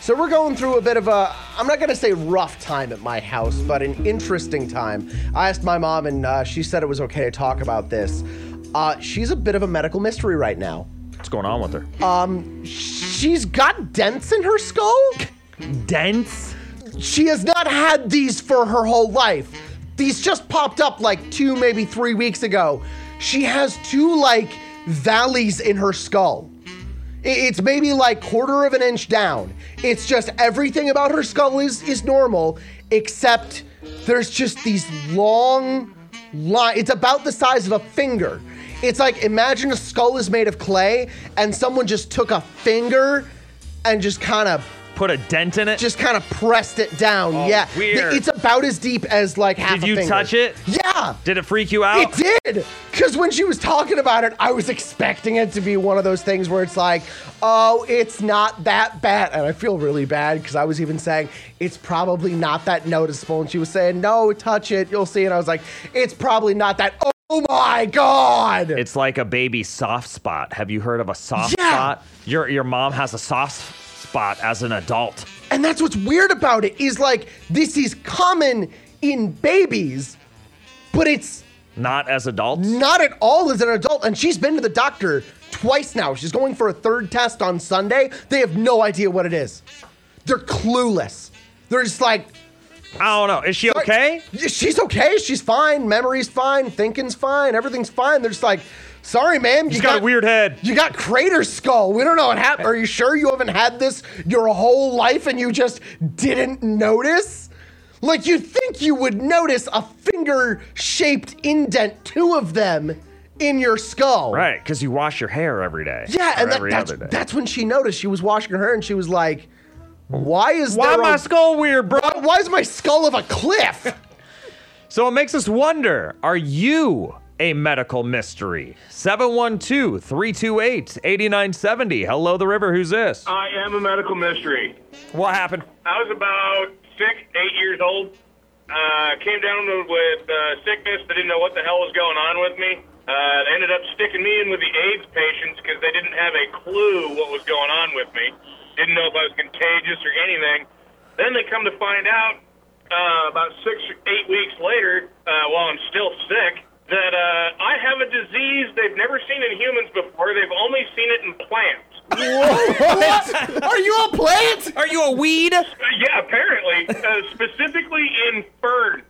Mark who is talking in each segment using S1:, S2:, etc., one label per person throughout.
S1: So we're going through a bit of a, I'm not going to say rough time at my house, but an interesting time. I asked my mom, and uh, she said it was okay to talk about this. Uh, she's a bit of a medical mystery right now.
S2: What's going on with her?
S1: She's got dents in her skull?
S2: Dense.
S1: She has not had these for her whole life. These just popped up like two, maybe three weeks ago. She has two like valleys in her skull. I- It's maybe like quarter of an inch down. It's just everything about her skull is is normal, except there's just these long line. It's about the size of a finger. It's like imagine a skull is made of clay and someone just took a finger and just kind of
S2: Put a dent in it.
S1: just kind of pressed it down. yeah, Th-
S2: Oh, weird.
S1: it's about as deep as like half.
S2: Did
S1: a
S2: you
S1: finger.
S2: touch it?
S1: Yeah,
S2: Did it freak you out?
S1: it did. Because when she was talking about it, I was expecting it to be one of those things where it's like, oh, it's not that bad, and I feel really bad because I was even saying it's probably not that noticeable, and she was saying, no, touch it, you'll see, and I was like, it's probably not that. Oh my god!
S2: It's like a baby soft spot. Have you heard of a soft
S1: Yeah.
S2: spot? Your your mom has a soft spot as an adult.
S1: And that's what's weird about it is like this is common in babies, but it's
S2: Not as adults.
S1: not at all as an adult. And she's been to the doctor twice now. She's going for a third test on Sunday. They have no idea what it is. They're clueless. They're just like,
S2: I don't know. Is she okay?
S1: "Yeah, she's okay. She's fine. Memory's fine. Thinking's fine. Everything's fine. They're just like, sorry, ma'am. You
S2: She's got a weird head.
S1: You got crater skull. We don't know what happened. Are you sure you haven't had this your whole life and you just didn't notice? Like you'd think you would notice a finger-shaped indent, two of them, in your skull.
S2: Right, because you wash your hair every day.
S1: Yeah,
S2: or
S1: and that,
S2: every
S1: that's
S2: other day.
S1: that's when she noticed. She was washing her hair and she was like, "Why is
S2: Why
S1: there
S2: am I
S1: a,
S2: skull weird, bro?
S1: why is my skull of a cliff?"
S2: So it makes us wonder are you a medical mystery? 712 328 8970. Hello, the river. Who's this?
S3: I am a medical mystery.
S2: What happened?
S3: I was about six, eight years old. Uh, came down with uh, sickness. They didn't know what the hell was going on with me. Uh, they ended up sticking me in with the AIDS patients because they didn't have a clue what was going on with me. Didn't know if I was contagious or anything. Then they come to find out uh, about six or eight weeks later, uh, while I'm still sick, that uh, I have a disease they've never seen in humans before. They've only seen it in plants.
S1: what? Are you a plant?
S2: Are you a weed?
S3: Uh, Yeah, apparently, uh, specifically in ferns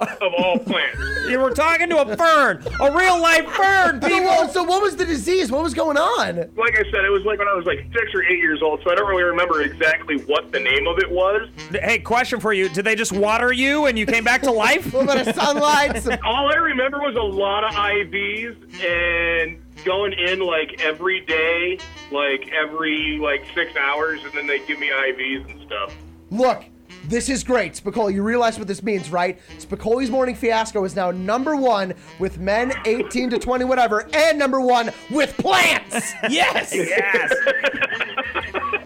S3: of all plants.
S2: You were talking to a fern, a real life fern, people.
S1: Well, so what was the disease? What was going on?
S3: Like I said, it was like when I was like six or eight years old, so I don't really remember exactly what the name of it was.
S2: Hey, question for you. Did they just water you and you came back to life?
S1: A bit of sunlight, some
S3: All I remember was a lot of IVs and going in like every day, like every like six hours, and then they give me IVs and stuff.
S1: Look, this is great, Spicoli. You realize what this means, right? Spicoli's Morning Fiasco is now number one with men 18 to 20, whatever, and number one with plants.
S2: yes. Yes.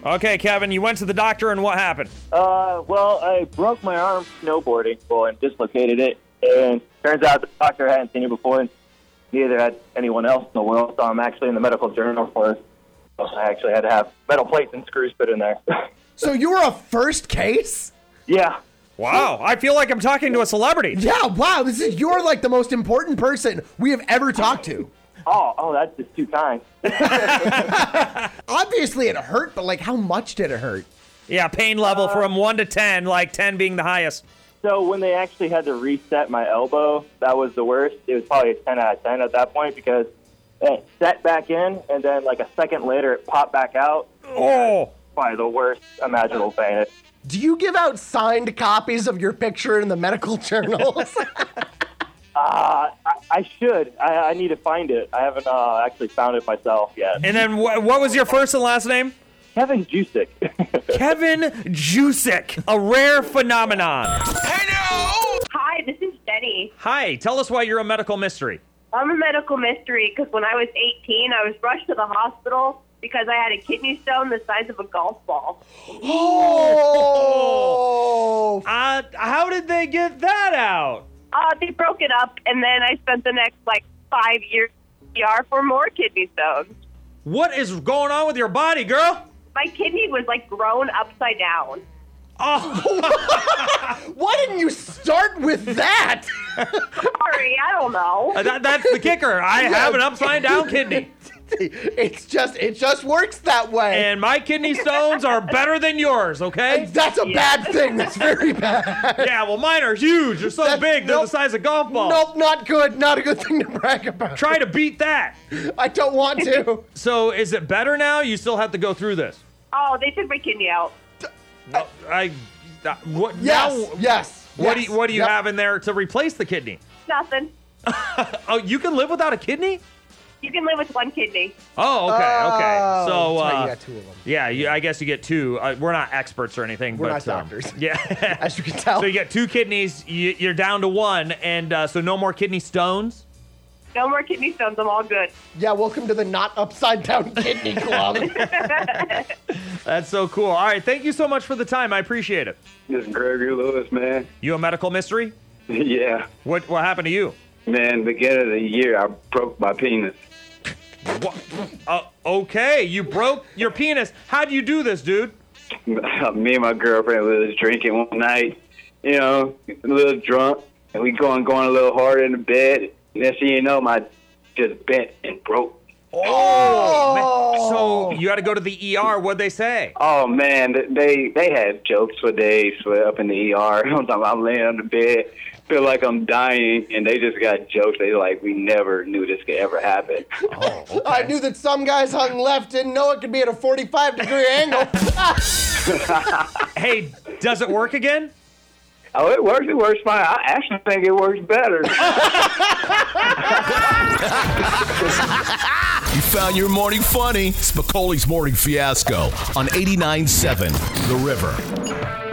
S2: okay, Kevin, you went to the doctor and what happened?
S4: Uh, well, I broke my arm snowboarding, well, and dislocated it. And turns out the doctor hadn't seen it before, and neither had anyone else in the world. So I'm actually in the medical journal for. I actually had to have metal plates and screws put in there.
S1: so you were a first case?
S4: yeah,
S2: Wow, I feel like I'm talking to a celebrity.
S1: Yeah, wow. This is you're like the most important person we have ever talked to.
S4: Oh, oh, that's just too kind.
S1: Obviously it hurt, but like how much did it hurt?
S2: Yeah, pain level from 1 to 10, like 10 being the highest.
S4: So when they actually had to reset my elbow, that was the worst. It was probably a 10 out of 10 at that point because it set back in, and then like a second later, it popped back out.
S2: Oh.
S4: Probably the worst imaginable pain.
S1: Do you give out signed copies of your picture in the medical journals?
S4: Uh, I, I should. I, I need to find it. I haven't uh, actually found it myself yet.
S2: And then wh- what was your first and last name?
S4: Kevin Jusick.
S2: Kevin Jusik, a rare phenomenon.
S5: Hi, this is Jenny.
S2: Hi, tell us why you're a medical mystery.
S5: I'm a medical mystery because when I was 18, I was rushed to the hospital because I had a kidney stone the size of a golf ball.
S1: oh.
S2: Uh, how did they get that out?
S5: Uh, they broke it up, and then I spent the next like five E years in ER for more kidney stones.
S2: What is going on with your body, girl?
S5: my kidney was like grown upside down.
S1: Why didn't you start with that?
S5: Sorry, I don't know.
S2: Uh, that, that's the kicker. I have an upside down kidney,
S1: it's just it just works that way.
S2: and my kidney stones are better than yours. Okay?
S1: that's a bad thing. That's very bad.
S2: Yeah. Well, mine are huge. They're so
S1: That's-
S2: big. They're the
S1: nope.
S2: size of golf balls.
S1: Nope, not good. Not a good thing to brag about.
S2: Try to beat that.
S1: I don't want to.
S2: So is it better now? You still have to go through this.
S5: Oh, they took my kidney out.
S2: No, I. uh, what
S1: Yes,
S2: now?
S1: yes. yes,
S2: What do you, what do you
S1: yep.
S2: have in there to replace the kidney?
S5: Nothing.
S2: Oh, you can live without a kidney?
S5: You can live with one kidney.
S2: Oh, okay, okay.
S1: Oh,
S2: So,
S1: that's right,
S2: uh,
S1: you got two of them.
S2: yeah, you, I guess you get two. Uh, we're not experts or anything,
S1: We're
S2: but
S1: not
S2: um,
S1: doctors.
S2: yeah.
S1: As you can tell.
S2: so you get two kidneys. You, you're down to one, and uh, so no more kidney stones.
S5: No more kidney stones. I'm all good.
S1: yeah, welcome to the not upside down kidney club.
S2: That's so cool. All right, thank you so much for the time. I appreciate it.
S6: This is Gregory Lewis, man.
S2: You a medical mystery?
S6: yeah.
S2: What what happened to you?
S6: Man, beginning of the year, I broke my penis.
S2: What? Uh, okay, you broke your penis. How do you do this, dude?
S6: Me and my girlfriend we was drinking one night, you know, a little drunk, and we going going a little hard in the bed. Next thing you know, my just bent and broke.
S1: Oh.
S2: So you got to go to the ER. What'd they say?
S6: Oh man, th- they they had jokes for days for up in the ER. I'm, talking- I'm laying on the bed, feel like I'm dying, and they just got jokes. They like, we never knew this could ever happen.
S1: I knew that some guys hung left, didn't know it could be at a 45 degree angle.
S2: Hey, does it work again?
S6: oh, it works. It works fine. I actually think it works better.
S7: You found your morning funny. Spicoli's morning fiasco on 89.7 The River.